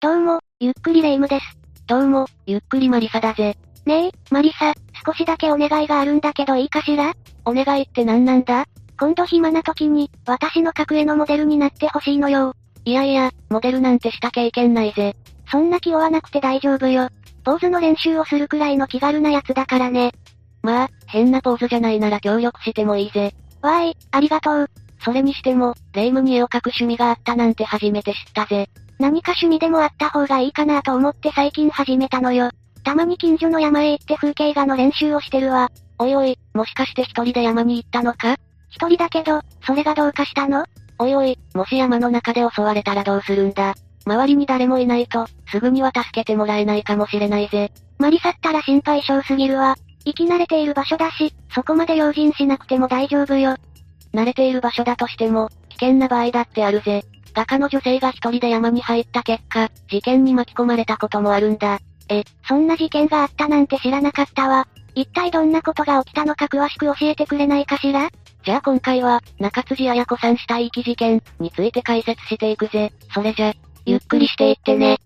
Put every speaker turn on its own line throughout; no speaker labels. どうも、ゆっくりレ夢ムです。
どうも、ゆっくりマリサだぜ。
ねえ、マリサ、少しだけお願いがあるんだけどいいかしら
お願いって何なんだ
今度暇な時に、私の格へのモデルになってほしいのよ。
いやいや、モデルなんてした経験ないぜ。
そんな気負わなくて大丈夫よ。ポーズの練習をするくらいの気軽なやつだからね。
まあ、変なポーズじゃないなら協力してもいいぜ。
わーい、ありがとう。
それにしても、レ夢ムに絵を描く趣味があったなんて初めて知ったぜ。
何か趣味でもあった方がいいかなと思って最近始めたのよ。たまに近所の山へ行って風景画の練習をしてるわ。
おいおい、もしかして一人で山に行ったのか
一人だけど、それがどうかしたの
おいおい、もし山の中で襲われたらどうするんだ周りに誰もいないと、すぐには助けてもらえないかもしれないぜ。
マリサったら心配性すぎるわ。生き慣れている場所だし、そこまで用心しなくても大丈夫よ。
慣れている場所だとしても、危険な場合だってあるぜ。画家の女性が一人で山に入った結果、事件に巻き込まれたこともあるんだ。
そんな事件があったなんて知らなかったわ。一体どんなことが起きたのか詳しく教えてくれないかしら
じゃあ今回は、中辻彩子さん死体遺棄事件について解説していくぜ。それじゃ、ゆっくりしていってね。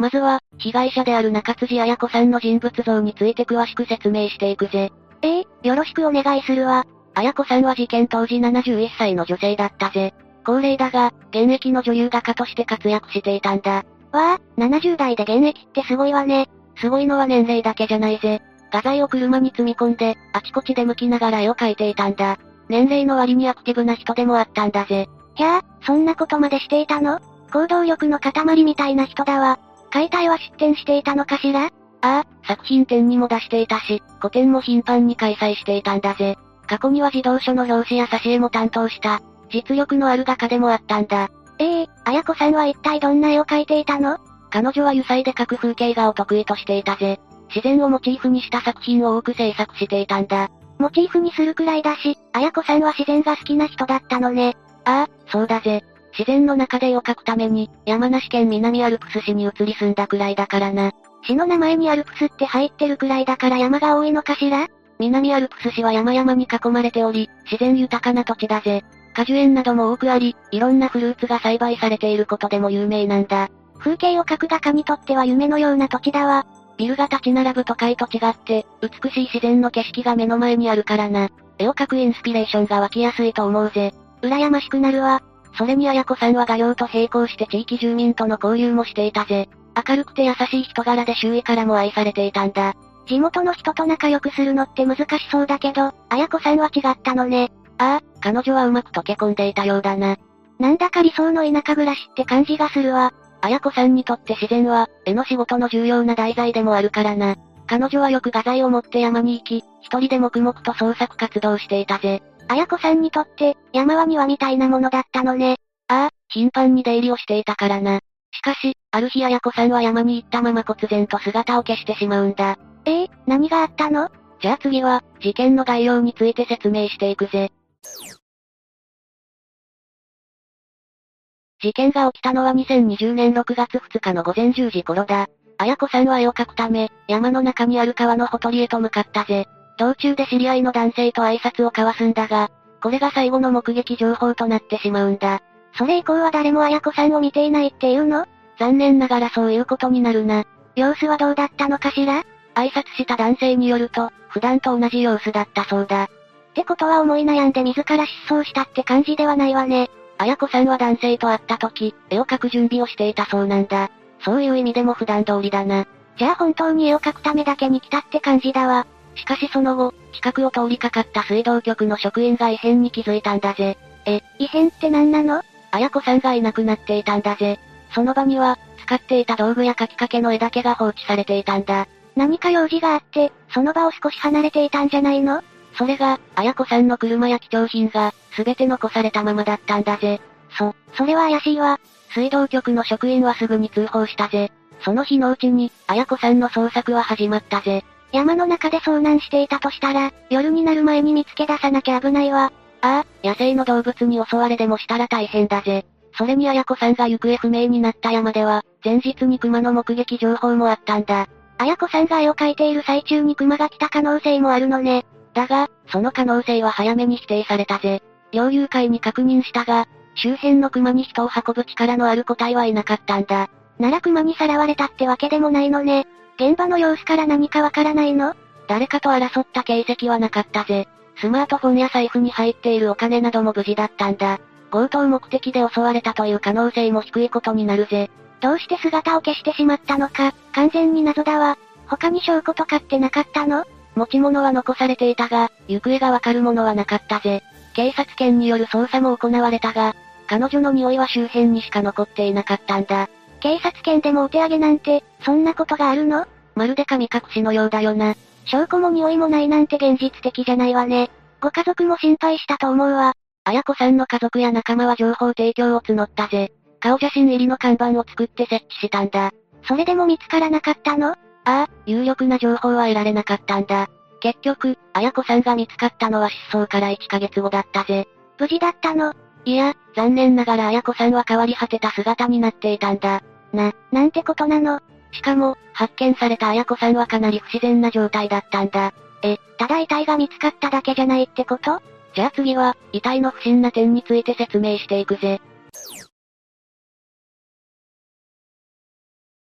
まずは、被害者である中辻彩子さんの人物像について詳しく説明していくぜ。
ええよろしくお願いするわ。
彩子さんは事件当時71歳の女性だったぜ。高齢だが、現役の女優画家として活躍していたんだ。
わあ、70代で現役ってすごいわね。
すごいのは年齢だけじゃないぜ。画材を車に積み込んで、あちこちで向きながら絵を描いていたんだ。年齢の割にアクティブな人でもあったんだぜ。
ひゃあ、そんなことまでしていたの行動力の塊みたいな人だわ。解体は出展していたのかしら
ああ、作品展にも出していたし、個展も頻繁に開催していたんだぜ。過去には児童書の表紙や挿絵も担当した、実力のある画家でもあったんだ。
ええあやこさんは一体どんな絵を描いていたの
彼女は油彩で描く風景画を得意としていたぜ。自然をモチーフにした作品を多く制作していたんだ。
モチーフにするくらいだし、あやこさんは自然が好きな人だったのね。
ああ、そうだぜ。自然の中で絵を描くために、山梨県南アルプス市に移り住んだくらいだからな。
詩の名前にアルプスって入ってるくらいだから山が多いのかしら
南アルプス市は山々に囲まれており、自然豊かな土地だぜ。果樹園なども多くあり、いろんなフルーツが栽培されていることでも有名なんだ。
風景を描く画家にとっては夢のような土地だわ。
ビルが立ち並ぶ都会と違って、美しい自然の景色が目の前にあるからな。絵を描くインスピレーションが湧きやすいと思うぜ。
羨ましくなるわ。
それに綾子さんは画用と並行して地域住民との交流もしていたぜ。明るくて優しい人柄で周囲からも愛されていたんだ。
地元の人と仲良くするのって難しそうだけど、あやこさんは違ったのね。
ああ、彼女はうまく溶け込んでいたようだな。
なんだか理想の田舎暮らしって感じがするわ。
綾子さんにとって自然は、絵の仕事の重要な題材でもあるからな。彼女はよく画材を持って山に行き、一人で黙々と創作活動していたぜ。
あやこさんにとって、山は庭みたいなものだったのね。
ああ、頻繁に出入りをしていたからな。しかし、ある日綾子さんは山に行ったまま忽然と姿を消してしまうんだ。
ええ何があったの
じゃあ次は、事件の概要について説明していくぜ。事件が起きたのは2020年6月2日の午前10時頃だ。綾子さんは絵を描くため、山の中にある川のほとりへと向かったぜ。道中で知り合いの男性と挨拶を交わすんだが、これが最後の目撃情報となってしまうんだ。
それ以降は誰もあやこさんを見ていないっていうの
残念ながらそういうことになるな。
様子はどうだったのかしらっ
挨拶した男性によると、普段と同じ様子だったそうだ。
てことは思い悩んで自ら失踪したって感じではないわね。
綾子さんは男性と会った時、絵を描く準備をしていたそうなんだ。そういう意味でも普段通りだな。
じゃあ本当に絵を描くためだけに来たって感じだわ。
しかしその後、近くを通りかかった水道局の職員が異変に気づいたんだぜ。
異変って何なの
綾子さんがいなくなっていたんだぜ。その場には、使っていた道具や書きかけの絵だけが放置されていたんだ。
何か用事があって、その場を少し離れていたんじゃないの
それが、綾子さんの車や貴重品が、すべて残されたままだったんだぜ。
そ、それは怪しいわ。
水道局の職員はすぐに通報したぜ。その日のうちに、綾子さんの捜索は始まったぜ。
山の中で遭難していたとしたら、夜になる前に見つけ出さなきゃ危ないわ。
ああ、野生の動物に襲われでもしたら大変だぜ。それに綾子さんが行方不明になった山では、前日に熊の目撃情報もあったんだ。
あやこさんが絵を描いている最中に熊が来た可能性もあるのね。
だが、その可能性は早めに否定されたぜ。猟友会に確認したが、周辺の熊に人を運ぶ力のある個体はいなかったんだ。
なら熊にさらわれたってわけでもないのね。現場の様子から何かわからないの
誰かと争った形跡はなかったぜ。スマートフォンや財布に入っているお金なども無事だったんだ。強盗目的で襲われたという可能性も低いことになるぜ。
どうして姿を消してしまったのか、完全に謎だわ。他に証拠とかってなかったの
持ち物は残されていたが、行方がわかるものはなかったぜ。警察犬による捜査も行われたが、彼女の匂いは周辺にしか残っていなかったんだ。
警察犬でもお手上げなんて、そんなことがあるの
まるで神隠しのようだよな。
証拠も匂いもないなんて現実的じゃないわね。ご家族も心配したと思うわ。
綾子さんの家族や仲間は情報提供を募ったぜ。顔写真入りの看板を作って設置したんだ。
それでも見つからなかったの
ああ、有力な情報は得られなかったんだ。結局、綾子さんが見つかったのは失踪から1ヶ月後だったぜ。
無事だったの
いや、残念ながら綾子さんは変わり果てた姿になっていたんだ。
な、なんてことなの
しかも、発見された綾子さんはかなり不自然な状態だったんだ。
え、ただ遺体が見つかっただけじゃないってこと
じゃあ次は、遺体の不審な点について説明していくぜ。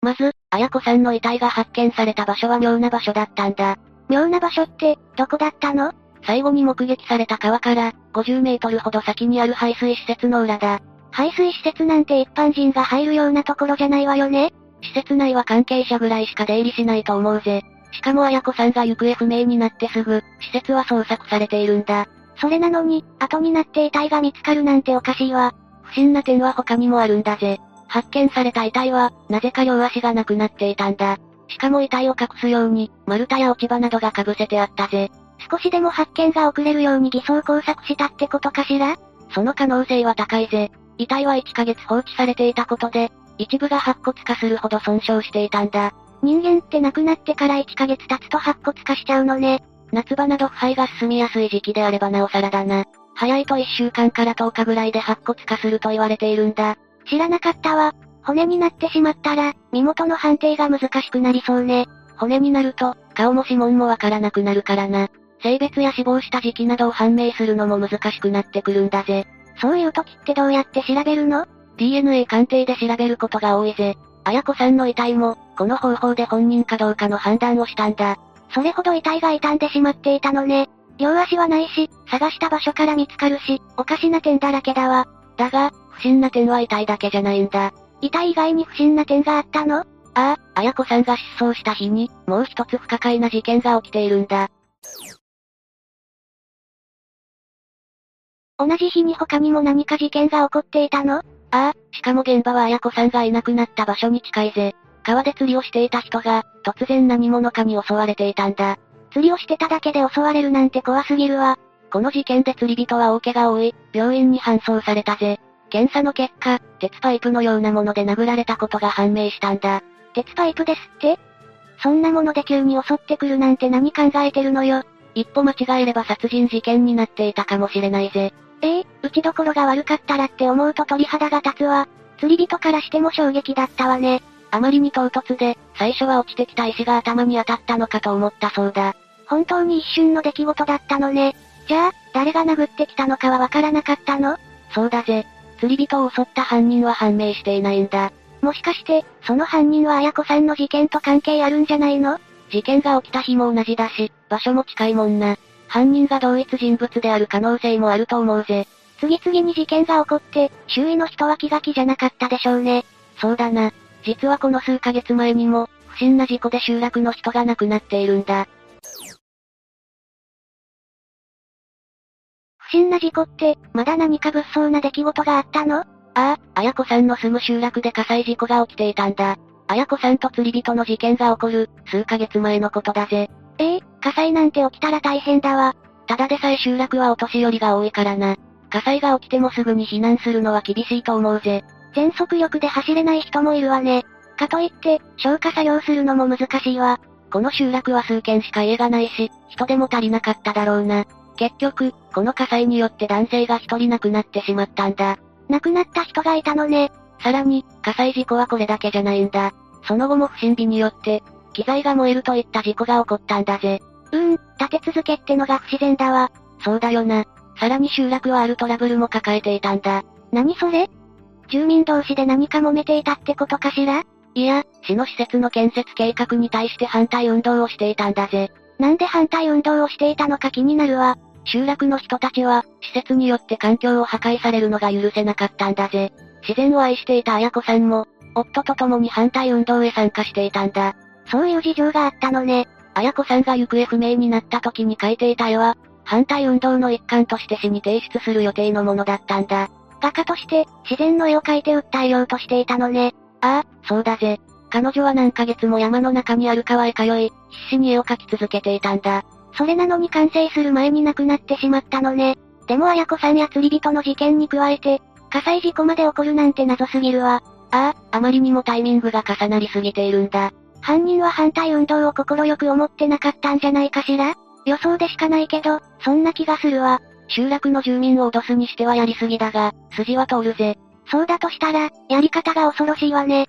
まず、綾子さんの遺体が発見された場所は妙な場所だったんだ。
妙な場所って、どこだったの
最後に目撃された川から、50メートルほど先にある排水施設の裏だ。
排水施設なんて一般人が入るようなところじゃないわよね
施設内は関係者ぐらいしか出入りしないと思うぜ。しかも綾子さんが行方不明になってすぐ、施設は捜索されているんだ。
それなのに、後になって遺体が見つかるなんておかしいわ。
不審な点は他にもあるんだぜ。発見された遺体は、なぜか両足がなくなっていたんだ。しかも遺体を隠すように、丸太や落ち葉などが被せてあったぜ。
少しでも発見が遅れるように偽装工作したってことかしら
その可能性は高いぜ。遺体は1ヶ月放置されていたことで、一部が白骨化するほど損傷していたんだ。
人間って亡くなってから1ヶ月経つと白骨化しちゃうのね。
夏場など腐敗が進みやすい時期であればなおさらだな。早いと1週間から10日ぐらいで白骨化すると言われているんだ。
知らなかったわ。骨になってしまったら、身元の判定が難しくなりそうね。
骨になると、顔も指紋もわからなくなるからな。性別や死亡した時期などを判明するのも難しくなってくるんだぜ。
そういう時ってどうやって調べるの
?DNA 鑑定で調べることが多いぜ。綾子さんの遺体も、この方法で本人かどうかの判断をしたんだ。
それほど遺体が傷んでしまっていたのね。両足はないし、探した場所から見つかるし、おかしな点だらけだわ。
だが、不審な点は遺体だけじゃないんだ。
遺体以外に不審な点があったの
ああ、綾子さんが失踪した日に、もう一つ不可解な事件が起きているんだ。
同じ日に他にも何か事件が起こっていたの
ああ、しかも現場は綾子さんがいなくなった場所に近いぜ。川で釣りをしていた人が、突然何者かに襲われていたんだ。
釣りをしてただけで襲われるなんて怖すぎるわ。
この事件で釣り人は大怪我を負い、病院に搬送されたぜ。検査の結果、鉄パイプのようなもので殴られたことが判明したんだ。
鉄パイプですってそんなもので急に襲ってくるなんて何考えてるのよ。
一歩間違えれば殺人事件になっていたかもしれないぜ。
ええ打ちどころが悪かったらって思うと鳥肌が立つわ。釣り人からしても衝撃だったわね。
あまりに唐突で、最初は落ちてきた石が頭に当たったのかと思ったそうだ。
本当に一瞬の出来事だったのね。じゃあ、誰が殴ってきたのかはわからなかったの
そうだぜ。釣り人を襲った犯人は判明していないんだ。
もしかして、その犯人は綾子さんの事件と関係あるんじゃないの
事件が起きた日も同じだし、場所も近いもんな。犯人が同一人物である可能性もあると思うぜ。
次々に事件が起こって、周囲の人は気が気じゃなかったでしょうね。
そうだな。実はこの数ヶ月前にも、不審な事故で集落の人が亡くなっているんだ。
不審な事故って、まだ何か物騒な出来事があったの
ああ、綾子さんの住む集落で火災事故が起きていたんだ。綾子さんと釣り人の事件が起こる、数ヶ月前のことだぜ。
ええ火災なんて起きたら大変だわ。
ただでさえ集落はお年寄りが多いからな。火災が起きてもすぐに避難するのは厳しいと思うぜ。
全速力で走れない人もいるわね。かといって、消火作業するのも難しいわ。
この集落は数軒しか家がないし、人手も足りなかっただろうな。結局、この火災によって男性が一人亡くなってしまったんだ。
亡くなった人がいたのね。
さらに、火災事故はこれだけじゃないんだ。その後も不審火によって、機材が燃えるといった事故が起こったんだぜ。
うーん、立て続けってのが不自然だわ。
そうだよな。さらに集落はあるトラブルも抱えていたんだ。
何それ住民同士で何か揉めていたってことかしら
いや、市の施設の建設計画に対して反対運動をしていたんだぜ。
なんで反対運動をしていたのか気になるわ。
集落の人たちは、施設によって環境を破壊されるのが許せなかったんだぜ。自然を愛していた綾子さんも、夫と共に反対運動へ参加していたんだ。
そういう事情があったのね。
綾子さんが行方不明になった時に描いていた絵は、反対運動の一環として市に提出する予定のものだったんだ。
画家として、自然の絵を描いて訴えようとしていたのね。
ああ、そうだぜ。彼女は何ヶ月も山の中にある川へ通い、必死に絵を描き続けていたんだ。
それなのに完成する前に亡くなってしまったのね。でも綾子さんや釣り人の事件に加えて、火災事故まで起こるなんて謎すぎるわ。
ああ、あまりにもタイミングが重なりすぎているんだ。
犯人は反対運動を快く思ってなかったんじゃないかしら予想でしかないけど、そんな気がするわ。
集落の住民を脅すにしてはやりすぎだが、筋は通るぜ。
そうだとしたら、やり方が恐ろしいわね。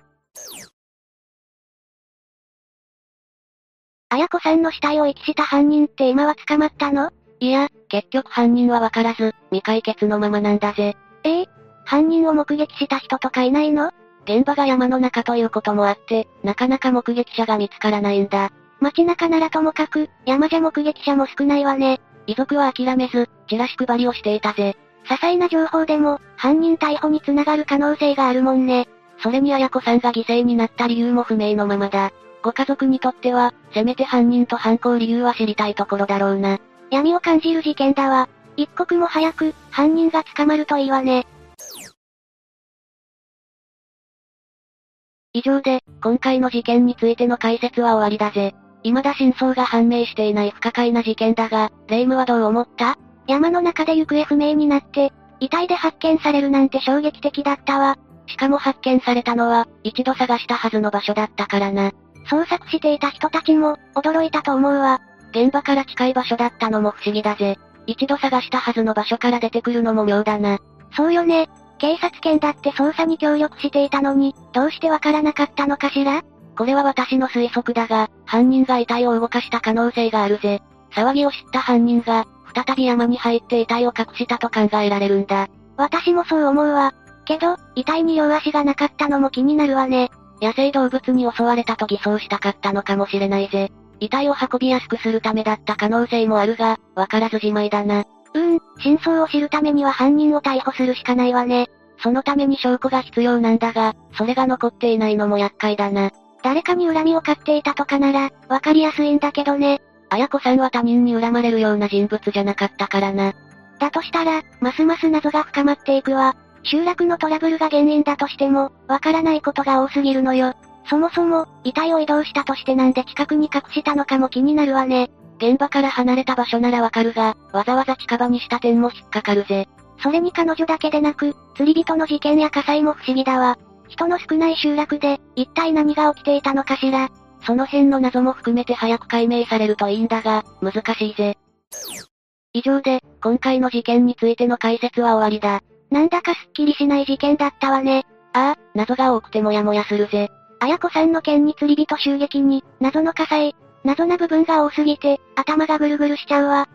綾子さんの死体を遺棄した犯人って今は捕まったの
いや、結局犯人はわからず、未解決のままなんだぜ。
ええ犯人を目撃した人とかいないの
現場が山の中ということもあって、なかなか目撃者が見つからないんだ。
街中ならともかく、山じゃ目撃者も少ないわね。
遺族は諦めず、チラシ配りをしていたぜ。
些細な情報でも、犯人逮捕につながる可能性があるもんね。
それに綾子さんが犠牲になった理由も不明のままだ。ご家族にとっては、せめて犯人と犯行理由は知りたいところだろうな。
闇を感じる事件だわ。一刻も早く、犯人が捕まるといいわね。
以上で、今回の事件についての解説は終わりだぜ。未だ真相が判明していない不可解な事件だが、霊イムはどう思った
山の中で行方不明になって、遺体で発見されるなんて衝撃的だったわ。
しかも発見されたのは、一度探したはずの場所だったからな。
捜索していた人たちも、驚いたと思うわ。
現場から近い場所だったのも不思議だぜ。一度探したはずの場所から出てくるのも妙だな。
そうよね。警察犬だって捜査に協力していたのに、どうしてわからなかったのかしら
これは私の推測だが、犯人が遺体を動かした可能性があるぜ。騒ぎを知った犯人が、再び山に入って遺体を隠したと考えられるんだ。
私もそう思うわ。けど、遺体に両足がなかったのも気になるわね。
野生動物に襲われたと偽装したかったのかもしれないぜ。遺体を運びやすくするためだった可能性もあるが、わからずじまいだな。
うーん、真相を知るためには犯人を逮捕するしかないわね。
そのために証拠が必要なんだが、それが残っていないのも厄介だな。
誰かに恨みを買っていたとかなら、わかりやすいんだけどね。
綾子さんは他人に恨まれるような人物じゃなかったからな。
だとしたら、ますます謎が深まっていくわ。集落のトラブルが原因だとしても、わからないことが多すぎるのよ。そもそも、遺体を移動したとしてなんで近くに隠したのかも気になるわね。
現場から離れた場所ならわかるが、わざわざ近場にした点も引っかかるぜ。
それに彼女だけでなく、釣り人の事件や火災も不思議だわ。人の少ない集落で、一体何が起きていたのかしら。
その辺の謎も含めて早く解明されるといいんだが、難しいぜ。以上で、今回の事件についての解説は終わりだ。
なんだかすっきりしない事件だったわね。
ああ、謎が多くてもやもやするぜ。
綾子さんの件に釣り人襲撃に、謎の火災、謎な部分が多すぎて、頭がぐるぐるしちゃうわ。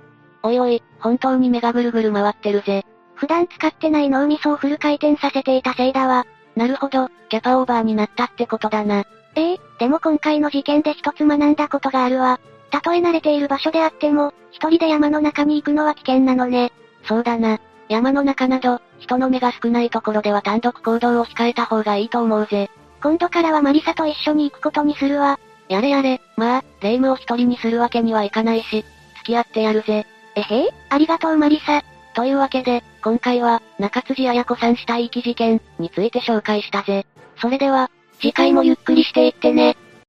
おいおい、本当に目がぐるぐる回ってるぜ。
普段使ってない脳みそをフル回転させていたせいだわ。
なるほど、キャパオーバーになったってことだな。
ええでも今回の事件で一つ学んだことがあるわ。たとえ慣れている場所であっても、一人で山の中に行くのは危険なのね。
そうだな。山の中など、人の目が少ないところでは単独行動を控えた方がいいと思うぜ。
今度からはマリサと一緒に行くことにするわ。
やれやれ、まあ、霊夢を一人にするわけにはいかないし、付き合ってやるぜ。
えへい、ありがとうマリサ。
というわけで、今回は、中辻彩子さん死体遺棄事件について紹介したぜ。それでは、
次回もゆっくりしていってね。